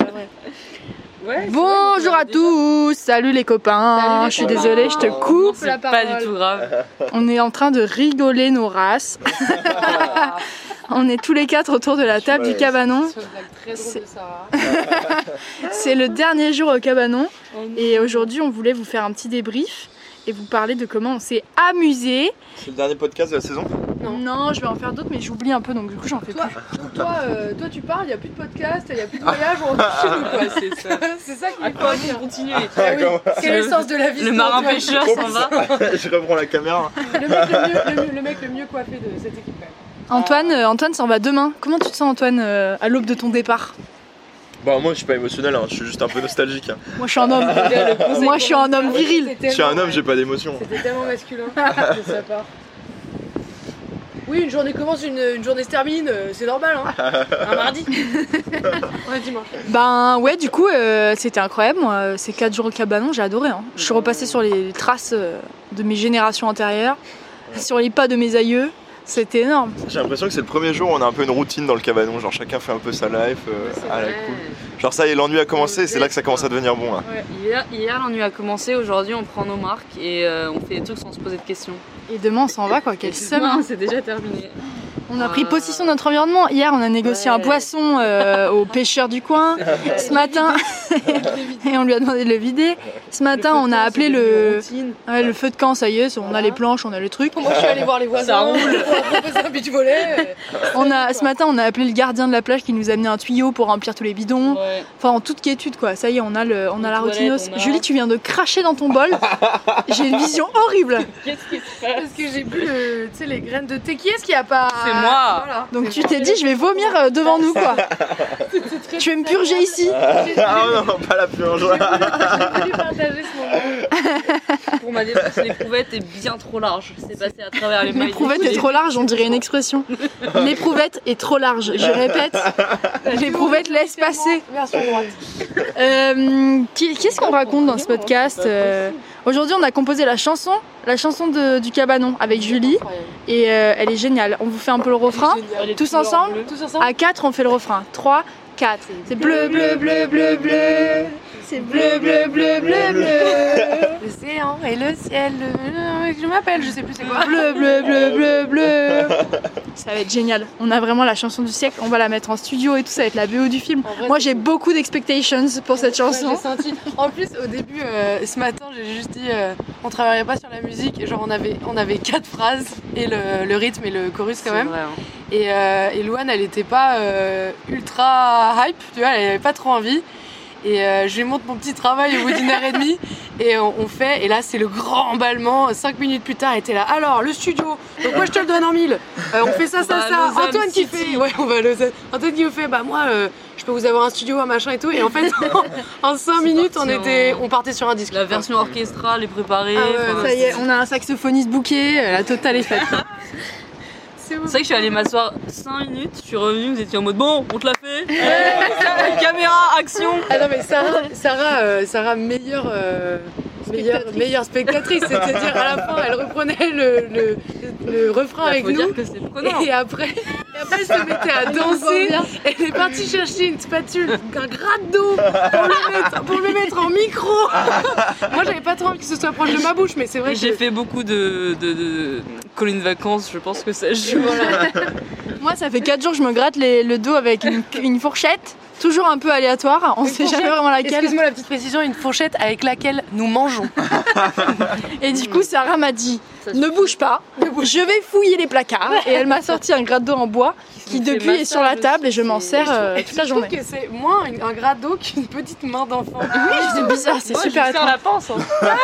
bref. Ouais, euh, Bonjour à tous, salut les copains. Salut les je suis copains. désolée, je te coupe. C'est pas du tout grave. On est en train de rigoler nos races. Ah. On est tous les quatre autour de la table du Ouais. cabanon. C'est une blague très drôle de Sarah. C'est le dernier jour au cabanon Oh non. et aujourd'hui on voulait vous faire un petit débrief et vous parler de comment on s'est amusé. C'est le dernier podcast de la saison Non. je vais en faire d'autres mais j'oublie un peu donc du coup j'en fais Toi, plus. toi, euh, toi, tu parles, il n'y a plus de podcast, il n'y a plus de voyage, on rentre chez nous quoi. C'est ça. Ah, c'est ça qui est pas bien. continuer. Quel est le sens de la vie Le sinon, marin tu vois pêcheur Oh, s'en va. Je reprends la caméra. le mec, le, mieux, le, mieux- le mec le mieux coiffé de cette équipe. quand même. Antoine, euh, Antoine s'en va demain. Comment tu te sens Antoine euh, à l'aube de ton départ Bah moi je suis pas émotionnel, hein, je suis juste un peu nostalgique. hein. Moi je suis un homme. Le conseil Moi, je suis un qu'on a homme dit, viril. Ah c'était Je suis un tellement- homme, j'ai pas d'émotion. C'était tellement masculin de sa part. Oui, une journée commence, une, une journée se termine, euh, c'est normal. Hein. Un mardi. On est dimanche. Ben ouais, du coup, euh, c'était incroyable. Moi, euh, ces 4 jours au cabanon, j'ai adoré. hein. Je suis repassée sur les traces euh, de mes générations antérieures, sur les pas de mes aïeux. C'était énorme. J'ai l'impression que c'est le premier jour où on a un peu une routine dans le cabanon, genre chacun fait un peu sa life euh, à la cool. Genre ça y est, l'ennui a commencé, et c'est là que ça commence à devenir bon. Là. Hier, hier l'ennui a commencé, aujourd'hui on prend nos marques et euh, on fait des trucs sans se poser de questions. Et demain, on s'en va, quoi. Quel Et seum. demain, hein. C'est déjà terminé. On a pris possession de notre environnement. Hier, on a négocié un Ouais. poisson euh, au pêcheur du coin. Ce matin, et on lui a demandé de le vider. Ce matin, on a appelé le, ouais, le feu de camp. Ça y est, c'est- on a Voilà. les planches, on a le truc. Moi, je suis allée voir les voisins. Ça roule. Pour leur proposer un beach volley. On a, ce matin, on a appelé le gardien de la plage qui nous a amené un tuyau pour remplir tous les bidons. Ouais. Enfin, en toute quiétude, quoi. Ça y est, on a, le, on a Les la routineuse. toilettes, on a- Julie, tu viens de cracher dans ton bol. J'ai une vision horrible. Qu'est-ce qui se passe Parce que j'ai bu le, tu sais, les graines de thé. Qui est-ce qui a pas C'est moi. Voilà. Donc, tu t'es dit, je vais vomir euh, devant nous, quoi. Je vais me purger ici. Ah non, pas la plus jour. J'ai voulu partager ce moment. Pour ma défense, l'éprouvette est bien trop large. C'est passé à travers les mailles. L'éprouvette des est trop large, on dirait une expression. L'éprouvette est trop large, je répète. L'éprouvette laisse passer. Version droite. Euh, qui- Qu'est-ce qu'on raconte dans ce podcast Euh, Aujourd'hui, on a composé la chanson, la chanson de- du cabanon avec Julie. Et euh, elle est géniale. On vous fait un peu le refrain. Génial. Tous ensemble Tous ensemble. À 4, on fait le refrain. 3, 4. C'est bleu, bleu, bleu, bleu, bleu. C'est bleu, bleu, bleu, bleu, bleu. L'océan et Ah, le ciel. le- Je m'appelle, je sais plus c'est quoi. Bleu, bleu, bleu, bleu, bleu. Ça va être génial. On a vraiment la chanson du siècle. On va la mettre en studio et tout. Ça va être la BO du film. En vrai, Moi, c'est j'ai cool. beaucoup d'expectations pour cette Ouais, chanson. j'ai senti. En plus, au début, euh, ce matin, j'ai juste dit, euh, on travaillerait pas sur la musique. Et Genre, on avait, on avait quatre phrases et le, le rythme et le chorus quand même. hein. Et, euh, et Louane, elle était pas euh, ultra hype, tu vois, elle avait pas trop envie. Et euh, je lui montre mon petit travail au bout d'une heure et demie. Et on, on fait, et là c'est le grand emballement. Cinq minutes plus tard, elle était là. Alors, le studio, donc moi je te le donne en mille. Euh, on fait ça, On ça, va à ça. Lausanne Antoine qui City. fait. Ouais, on va à Lausanne. Antoine qui nous fait, bah moi, euh, je peux vous avoir un studio, un machin et tout. Et en fait, en, en cinq C'est minutes, on, parti était, en- on partait sur un disque. La version hein, orchestrale est préparée. Ah ouais, enfin, Ça y est, on a un saxophoniste bouquet. euh, La totale est faite. C'est C'est vrai que je suis allée m'asseoir 5 minutes, je suis revenue, vous étiez en mode bon, on te l'a fait Hey, Caméra, action Ah non mais Sarah, Sarah, euh, Sarah meilleure, euh, meilleure, meilleure spectatrice, c'est-à-dire à la fin elle reprenait le, le, le refrain Il avec Faut dire nous que c'est prenant et après, et après elle se mettait à danser, elle est partie chercher une spatule, un gratte d'eau pour le mettre, pour le mettre en micro. Moi j'avais pas trop envie que ce soit proche de ma bouche mais c'est vrai Et que J'ai fait beaucoup de, de, de collines de vacances, je pense que ça joue. Moi, ça fait 4 jours que je me gratte les- le dos avec une, une fourchette. Toujours un peu aléatoire. On Une sait jamais fourchette. vraiment laquelle. Excuse-moi la petite précision, une fourchette avec laquelle nous mangeons. Et du coup, Sarah m'a dit Ne bouge pas, je vais fouiller les placards. Et elle m'a sorti un grade d'eau en bois qui, me fait depuis, est sur la massage table et je m'en c'est- sers euh, Et toute la je trouve journée. que c'est moins un un gratte d'eau qu'une petite main d'enfant. Oui, c'est bizarre, c'est Moi, super je vais faire étrange. la pince. hein.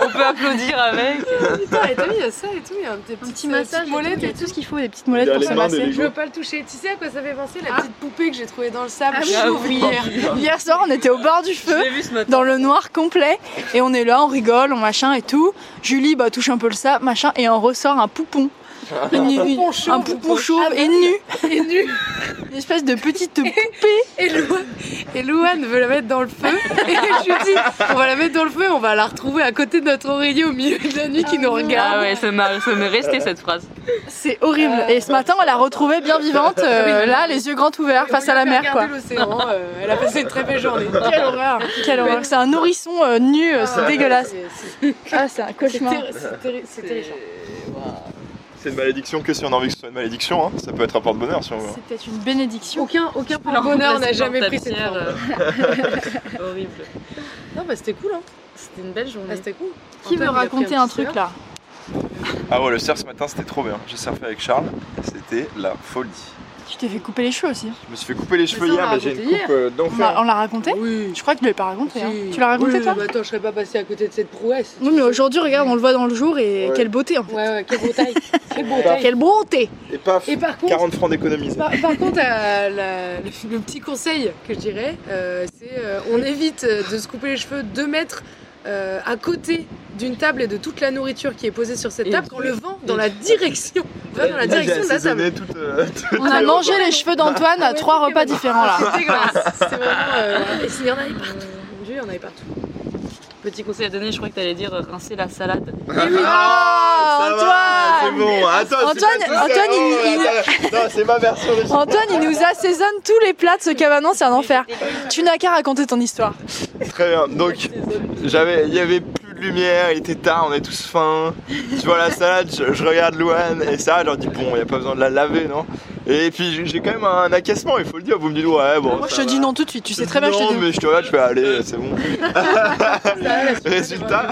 on peut applaudir avec. Putain, et t'as mis à ça et tout, il y a un petit, molette et tout. ce qu'il faut, des petites Il molettes y a pour les se mains des masser. Je veux pas le toucher. Tu sais à quoi ça fait penser la petite poupée que j'ai trouvée dans le sable Ah oui. chaud hier Hier soir, on était au bord du Je feu, l'ai vu ce matin. dans le noir complet, et on est là, on rigole, on machin et tout. Julie, bah, touche un peu le sable, machin, et on ressort un poupon. une- une- poncho. un poupon chauve Ah, et nu, Et nu. une espèce de petite poupée. Et Louane, et Louane veut la mettre dans le feu. Et je lui dis, on va la mettre dans le feu, on va la retrouver à côté de notre oreiller au milieu de la nuit qui nous regarde. Ah ouais, ça m'a- ça m'est resté cette phrase. C'est horrible. Et ce matin, on l'a retrouvée bien vivante, euh, là, les yeux grands ouverts, face à la mer, quoi. Regarder l'océan, euh, elle a passé une très belle journée. Quelle horreur, quelle horreur. C'est un nourrisson euh, nu, euh, c'est dégueulasse. C'est- c'est- Ah, c'est un C'est cauchemar. terri- c'est terri- c'est terrifiant. C'est une malédiction que si on a envie que ce soit une malédiction, hein. ça peut être un porte-bonheur si on veut. C'est peut-être une bénédiction. Aucun, aucun Alors, bonheur on n'a passe jamais dans pris cette tapière, forme. euh, Horrible. Non, bah c'était cool, hein. C'était une belle Ah, journée. c'était cool. Qui veut Antoine, il a pris raconter un un petit truc surf. là Ah ouais, le surf ce matin c'était trop bien. J'ai surfé avec Charles, c'était la folie. Tu t'es fait couper les cheveux aussi. hein. Je me suis fait couper les cheveux ça, on hier, l'a mais j'ai raconté une coupe hier. euh, On l'a d'enfer. on l'a raconté Oui. Je crois que tu l'avais pas raconté. hein. Si. Tu l'as raconté Oui, toi mais attends, je serais pas passé à côté de cette prouesse. Oui, mais aujourd'hui, regarde, on le voit dans le jour et Ouais. quelle beauté en fait. Ouais, ouais, quelle beau taille. Quelle beau Ouais. taille. Quelle beauté Et paf, Et par contre, 40 francs d'économise. Par, par contre, euh, la- le, le petit conseil que je dirais, euh, c'est euh, on évite euh, de se couper les cheveux 2 mètres euh, à côté d'une table et de toute la nourriture qui est posée sur cette Et- table quand le vent dans et- la direction va dans la Là, j'ai direction de la table. assaisonné toute, euh, On a mangé les cheveux d'Antoine à Ouais, trois ok, repas bah. différents là. C'est dégueulasse. C'est vraiment. euh, et s'il y en avait partout. Mon Dieu, il y en avait partout. Petit conseil à donner, je crois que t'allais dire euh, rincer la salade. Ah, ça va, Antoine C'est bon, attends, c'est Antoine- pas tout Antoine, ça, il- oh, attends, Non, c'est ma version de Antoine, il nous assaisonne tous les plats de ce cabanon, c'est un enfer. Tu n'as qu'à raconter ton histoire. Très bien, donc j'avais, il y avait plus de lumière, il était tard, on est tous faim. Tu vois la salade, je, je regarde Louane et ça, je leur dis bon, il n'y a pas besoin de la laver, non Et puis j'ai- j'ai quand même un acquiescement, il faut le dire, vous me dites ouais, bon. Moi, je ça te dis va. non tout de suite, tu sais très bien, non, je te dis mais je te regarde, je fais aller, c'est bon. Résultat,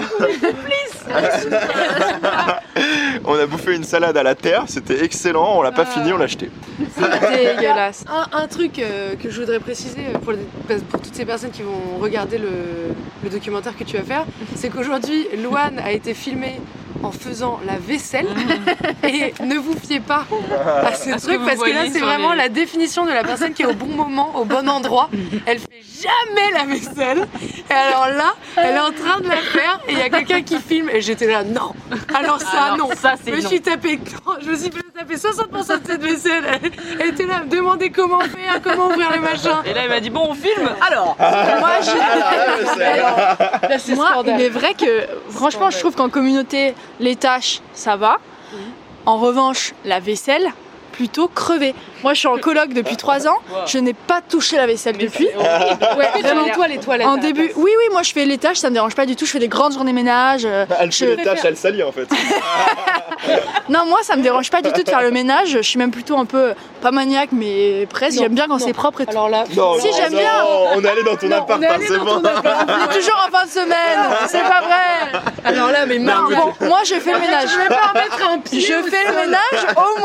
on a bouffé une salade à la terre, c'était excellent, on l'a pas Ah. fini, on l'a acheté. dégueulasse. Un, un truc euh, que je voudrais préciser euh, pour, les- pour toutes ces personnes qui vont regarder le, le documentaire que tu vas faire, c'est qu'aujourd'hui, Louane a été filmée en faisant la vaisselle. Mm. Et ne vous fiez pas à ce À ce que truc vous parce que là, voyez c'est sur vraiment les- la définition de la personne qui est au bon moment, au bon endroit. Elle fait jamais la vaisselle. Et alors là, elle est en train de la faire et il y a quelqu'un qui filme et j'étais là, non. Alors ça, Ah non. Ça, Je c'est me non. suis tapé, je me suis tapé 60% de cette vaisselle. Elle était là à me demander comment faire, comment ouvrir le machin. Et là, il m'a dit bon, on filme. Alors, Moi, je- Ah, Ah, Là, c'est Moi, il est scandale. vrai que franchement, je Scandale. trouve qu'en communauté, les tâches, ça va. En revanche, la vaisselle, plutôt crevée. Moi, je suis en coloc depuis trois ans. Je n'ai pas touché la vaisselle depuis. Ah, Ouais, vraiment. Vraiment, toi, les toilettes. En à la début, place. oui, oui, moi je fais les tâches, ça me dérange pas du tout. Je fais des grandes journées ménage. euh, Bah, Elle Je fait les tâches, elle salit en fait. Non, moi ça me dérange pas du tout de faire le ménage. Je suis même plutôt un peu euh, pas maniaque, mais presque. Non, J'aime bien quand non. c'est propre et tout. Alors là, Non, Si, non, j'aime non, bien. On est allé dans ton Non, appart, on est hein, allé c'est dans bon. ton appart. On est toujours en fin de semaine, c'est pas vrai. Alors là, mais Non, marre. bon, moi je fais le ménage. Je vais pas remettre un Je pied. au fais le sol. ménage au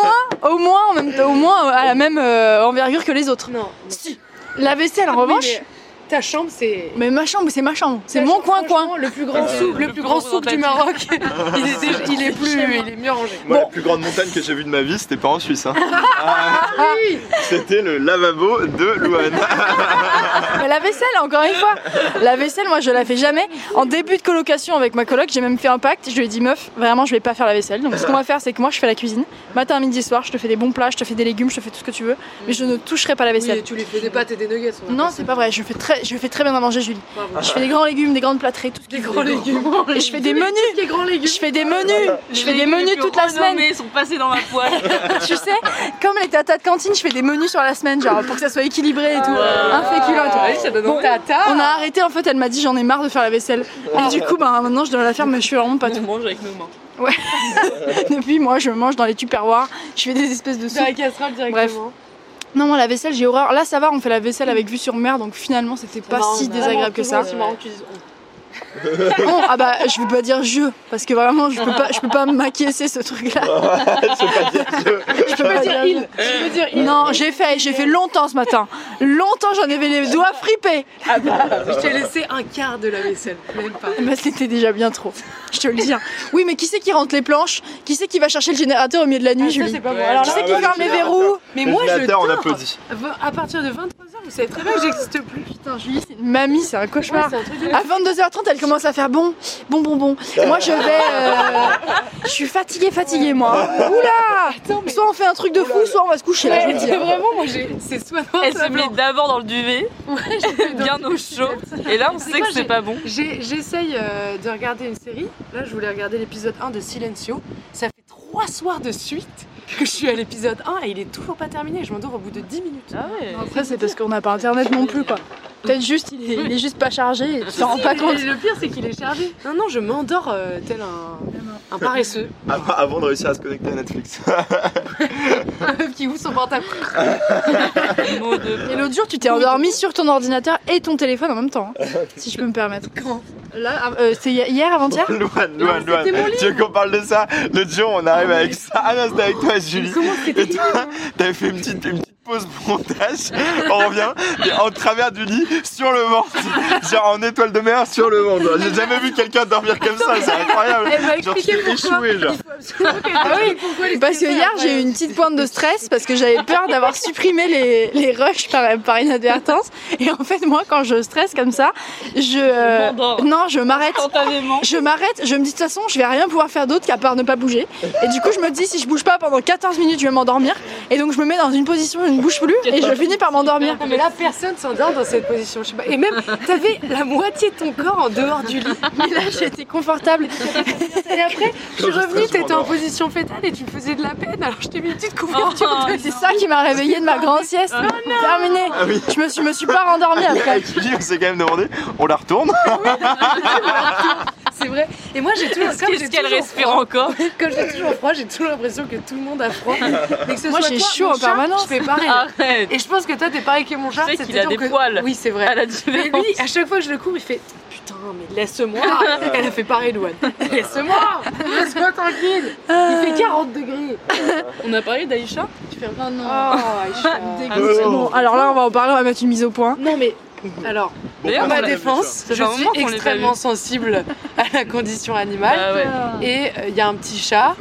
moins, au moins, en même temps, au moins à la même euh, envergure que les autres. Non. Si. La vaisselle en revanche, Oui, mais ta chambre, c'est. mais ma chambre, c'est ma chambre, c'est ta mon chambre, coin coin. franchement, Le plus grand Euh, souk, le le plus plus grand gros souk du bâtiment. Maroc. Il est, déjà- il est plus, il est mieux rangé. Moi, Bon. la plus grande montagne que j'ai vue de ma vie, c'était pas en Suisse. hein. ah Oui. Ah C'était le lavabo de Louane. Mais la vaisselle, encore une fois, la vaisselle, moi je la fais jamais. En début de colocation avec ma coloc, j'ai même fait un pacte. Je lui ai dit, meuf, vraiment, je vais pas faire la vaisselle. Donc ce qu'on va faire, c'est que moi je fais la cuisine. Matin, midi, soir, je te fais des bons plats, je te fais des légumes, je te fais tout ce que tu veux. Mais je ne toucherai pas la Oui, vaisselle. tu lui fais des pâtes et des nuggets. on va Non, pas se c'est pas vrai. Je fais très, je fais très bien à manger, Julie. faire, bravo. Je fais des grands légumes, des grandes plâtrées, tout ce que Des tu grands veux. légumes. Et je fais des menus. Tout ce qui est grands légumes. Je fais des menus. Je fais des menus toute la semaine. Les sont passés dans ma poêle. Tu sais, comme les tatas de cantine, je fais des menus sur la semaine, genre pour que ça soit équilibré et tout. euh, Ah. Un féculent et tout. Ouais, ça donne envie. On a arrêté en fait, elle m'a dit j'en ai marre de faire la vaisselle. Et du coup, bah, maintenant je dois la faire, mais je suis vraiment pas On tout. mange avec nos mains. Depuis, moi je mange dans les tupperwares, je fais des espèces de Dans la soupe. casserole directement. Non, moi la vaisselle, j'ai horreur. Là ça va, on fait la vaisselle avec vue sur mer, donc finalement c'était pas marrant, si mais désagréable que ça. C'est marrant que tu dises on. Non, ah bah je veux pas dire je, parce que vraiment je peux pas, je peux pas m'acquiescer ce truc là. Je peux pas dire il. Je peux dire il. Non, j'ai fait, j'ai fait longtemps ce matin. Longtemps j'en avais les doigts fripés. Je t'ai laissé un quart de la vaisselle. Même pas. Bah, c'était déjà bien trop, je te le dis. hein. Oui, mais qui c'est qui rentre les planches Qui c'est qui va chercher le générateur au milieu de la nuit, Ah, ça, Julie c'est pas bon. Ouais. Alors Qui là, c'est Ah, qui bah, le ferme les générateur. verrous mais moi, je on dors. applaudit. À partir de 23h, vous savez très bien que j'existe plus. Putain, Julie, c'est une mamie, c'est un cauchemar. c'est un truc de À 22h30, elle commence à faire bon, bon, bon, bon. Moi, je vais. euh, je suis fatiguée, fatiguée, moi. Oula Attends, mais. Soit on fait un truc de fou, soit on va se coucher, là, je vous Ouais, le dis. c'est vraiment, moi, j'ai. C'est soit noir, Elle soit se met blanc. d'abord dans le duvet, Ouais, j'ai fait dans- bien au chaud. Et là, on C'est sait quoi, que c'est j'ai- pas bon. J'ai- J'essaye euh, de regarder une série. Là, je voulais regarder l'épisode 1 de Silencio. Ça fait trois soirs de suite que je suis à l'épisode 1 et il est toujours pas terminé. Je m'endors au bout de 10 minutes. Ah ouais. Après, c'est parce qu'on n'a pas internet non plus, quoi. Peut-être juste, il est, il est juste pas chargé et tu t'en rends pas compte. Et le pire, c'est qu'il est chargé. Non, non, je m'endors euh, tel un, un paresseux. Avant, avant de réussir à se connecter à Netflix. un meuf qui ouvre son portable. Mot de. Et l'autre jour, tu t'es endormi sur ton ordinateur et ton téléphone en même temps, hein, si je peux me permettre. Quand Là, ah, euh, c'est hi- hier, avant-hier Louane, Louane, Louane. c'était mon livre. Tu veux qu'on parle de ça L'autre jour, on arrive avec ça. Ah non, c'était avec toi, Julie. Comment c'était Et toi, t'avais fait une petite, une petite pause montage. On revient, et en travers du lit, sur le ventre. Genre en étoile de mer, sur le ventre. J'ai jamais vu quelqu'un dormir comme ça, c'est incroyable. Elle m'a Genre, tu expliqué t'es Eh ben, pourquoi. échoué, genre. Ah oui, parce que hier j'ai eu une petite pointe de stress parce que j'avais peur d'avoir supprimé les, les rushs par, par inadvertance. Et en fait, moi, quand je stresse comme ça, je. euh, M'endors. non, je m'arrête. Instantanément. Je m'arrête, je me dis de toute façon, je vais rien pouvoir faire d'autre qu'à part ne pas bouger. Et du coup, je me dis, si je bouge pas pendant 14 minutes, je vais m'endormir. Et donc, je me mets dans une position où je ne bouge plus et je finis par m'endormir. Non, mais là, personne s'endort dans cette position. Je sais pas. Et même, t'avais la moitié de ton corps en dehors du lit. Mais là, j'étais confortable. Et après, je suis Quand je revenue, stresse, je t'étais en m'endors. position fétale et tu me faisais de la peine. Alors, je t'ai mis une petite couverture. Oh, de- C'est ça qui m'a réveillée de ma grande sieste. Terminé. Ah oui. Je me suis, me suis pas rendormie après. Avec Julie, Ah, on s'est quand même demandé, on la retourne C'est vrai. Et moi, j'ai toujours. comme j'ai Qu'est-ce qu'elle toujours respire froid- encore Comme j'ai toujours froid, j'ai toujours l'impression que tout le monde a froid. Mais que ce Moi, soit j'ai toi, chaud mon en chat, permanence. Je fais pareil. Arrête. Et je pense que toi, t'es pareil que mon chat. Ah. sais c'est qu'il a toujours des que- poils. Oui, c'est vrai. Elle a Mais différence. lui, à chaque fois que je le cours, il fait Putain, mais laisse-moi Elle a fait pareil, Louane. Laisse-moi Laisse-moi tranquille Il fait 40 degrés On a parlé d'Aïcha Oh, Aïcha. Ah, Oh. Bon, alors là, on va en parler, on va mettre une mise au point. Ah, Non, mais alors, D'ailleurs, à Ah, on ma l'a vu, défense, ça. Ça fait je un suis moment qu'on l'a pas extrêmement vu. sensible à la condition animale. Ah ouais. Et il y a un petit chat.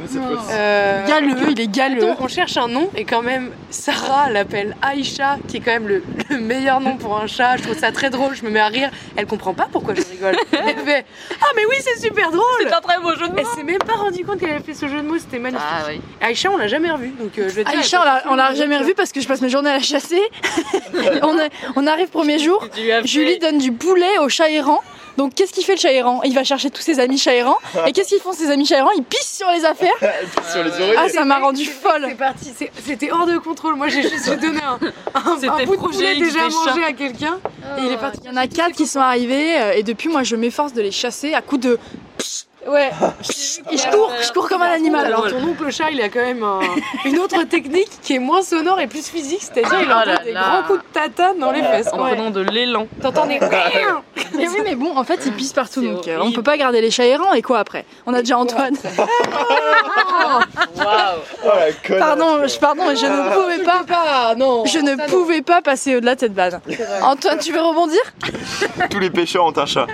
euh, Galeux, il est galeux. Attends, on cherche un nom et quand même Sarah l'appelle Aïcha, qui est quand même le, le meilleur nom pour un chat. Je trouve ça très drôle, je me mets à rire. Elle comprend pas pourquoi je rigole. Elle fait Ah, mais oui, c'est super drôle C'est un très beau jeu de mots. Elle s'est même pas rendue compte qu'elle avait fait ce jeu de mots, c'était magnifique. Ah oui. Aïcha, on l'a jamais revue, donc euh, je vais te dire, Aïcha, Ah, on l'a- on l'a jamais revue parce que je passe mes journées à la chasser. on, est- on arrive premier jour, Tu lui as fait- Julie donne du poulet au chat errant. Donc qu'est-ce qu'il fait le chat errant Il va chercher tous ses amis chats errants. Et qu'est-ce qu'ils font ses amis chats errants Ils pissent sur les affaires. sur les Ah ouais. oreilles. Ah ça m'a rendu C'est vrai que folle. C'est parti, c'est- c'était hors de contrôle. Moi, j'ai juste donné un, un, C'était un bout de projet poulet X déjà des mangé à quelqu'un Ah. et il est parti. Il y en a quatre qui sont arrivés euh, et depuis moi je m'efforce de les chasser à coups de... Ouais. Et je cours, je cours comme un animal. Alors, Alors, Ah, ton oncle chat, il a quand même un- une autre technique qui est moins sonore et plus physique, c'est-à-dire il Oh entend là des là. grands coups de tatane dans les fesses. En quoi. prenant de l'élan. T'entends des. mais oui mais bon en fait ils pissent partout C'est donc euh, horrible. on peut pas garder les chats errants et quoi après On a déjà Antoine. Waouh. Oh la conne. Pardon, je, pardon mais je ne Oh, pouvais pas... Papa, non. Je ne Ça, non. pouvais pas passer au-delà de cette vanne. Antoine, tu veux rebondir Tous les pêcheurs ont un chat.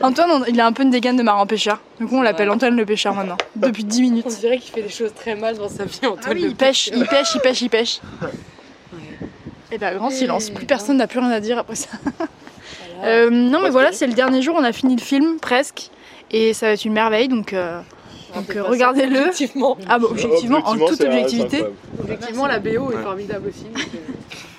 Antoine, on- il a un peu une dégaine de marin pêcheur. Du coup, on l'appelle Ouais. Antoine le pêcheur maintenant. Depuis 10 On minutes. dirait qu'il fait des choses très mal dans sa vie, Antoine. Ah il pêche, il pêche, il pêche, il pêche. Et bah, grand silence. Plus personne n'a plus rien à dire après ça. Euh, non, mais voilà, c'est le dernier jour. On a fini le film, presque. Et ça va être une merveille, donc, euh, Ah, donc euh, regardez-le. Effectivement. Ah bah, objectivement, en toute c'est- c'est objectivité. incroyable. Effectivement, la BO est Ouais. formidable aussi. donc, euh,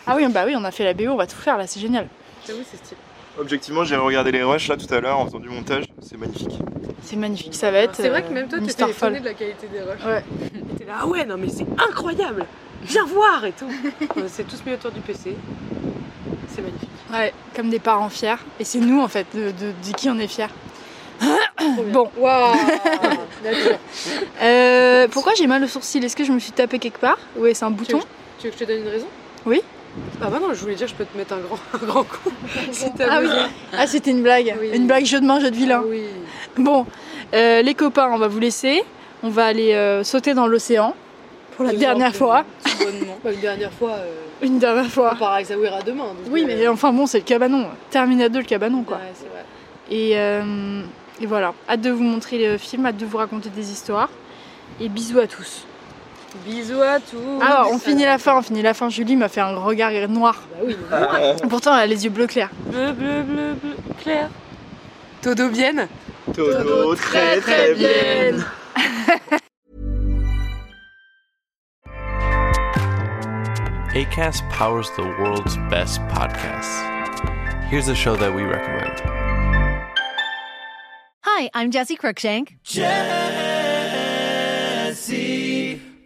Ah oui, bah oui, on a fait la BO, on va tout faire là, c'est génial. J'avoue, c'est stylé. Objectivement, j'ai regardé les rushs là tout à l'heure en faisant du montage. C'est magnifique. C'est magnifique, ça va être. C'est vrai euh, que même toi, une t'étais histoire étonné folle. de la qualité des rushs. Ouais. Et T'es là, ah ouais, non mais c'est incroyable Viens voir et tout On s'est tous mis autour du PC. C'est magnifique. euh, Ouais, comme des parents fiers. Et c'est nous en fait, de, de- de qui on est fiers. bien. bon, Waouh Euh, pourquoi j'ai mal au sourcil Est-ce que je me suis tapé quelque part Ou est-ce un bouton Tu veux que je te donne une raison Oui. Ah bah non, je voulais dire, je peux te mettre un grand, un grand coup. si t'as Ah oui besoin. Ah, c'était une blague. Oui. Une blague jeu de main, jeu de vilain. Oui. Bon, euh, les copains, on va vous laisser. On va aller euh, sauter dans l'océan. Pour la Deux dernière heures, fois. Bonnement. Pas une dernière fois, euh, Une dernière on fois. part à Xawera demain. donc, Oui, euh, mais enfin bon, c'est le cabanon. Terminal 2, le cabanon, quoi. ouais, c'est vrai. Et, euh, et voilà. Hâte de vous montrer le film, hâte de vous raconter des histoires. Et bisous à tous. Bisous à tous. Alors, Ah, on finit la fin, on finit la fin. Julie m'a fait un regard noir. Bah oui, Pourtant, elle a les yeux bleu clair. Bleu, bleu, bleu, bleu. Claire. Todo bien Todo très très bien. ACAST powers the world's best podcasts. Here's a show that we recommend. Hi, I'm Jesse Cruikshank. Jesse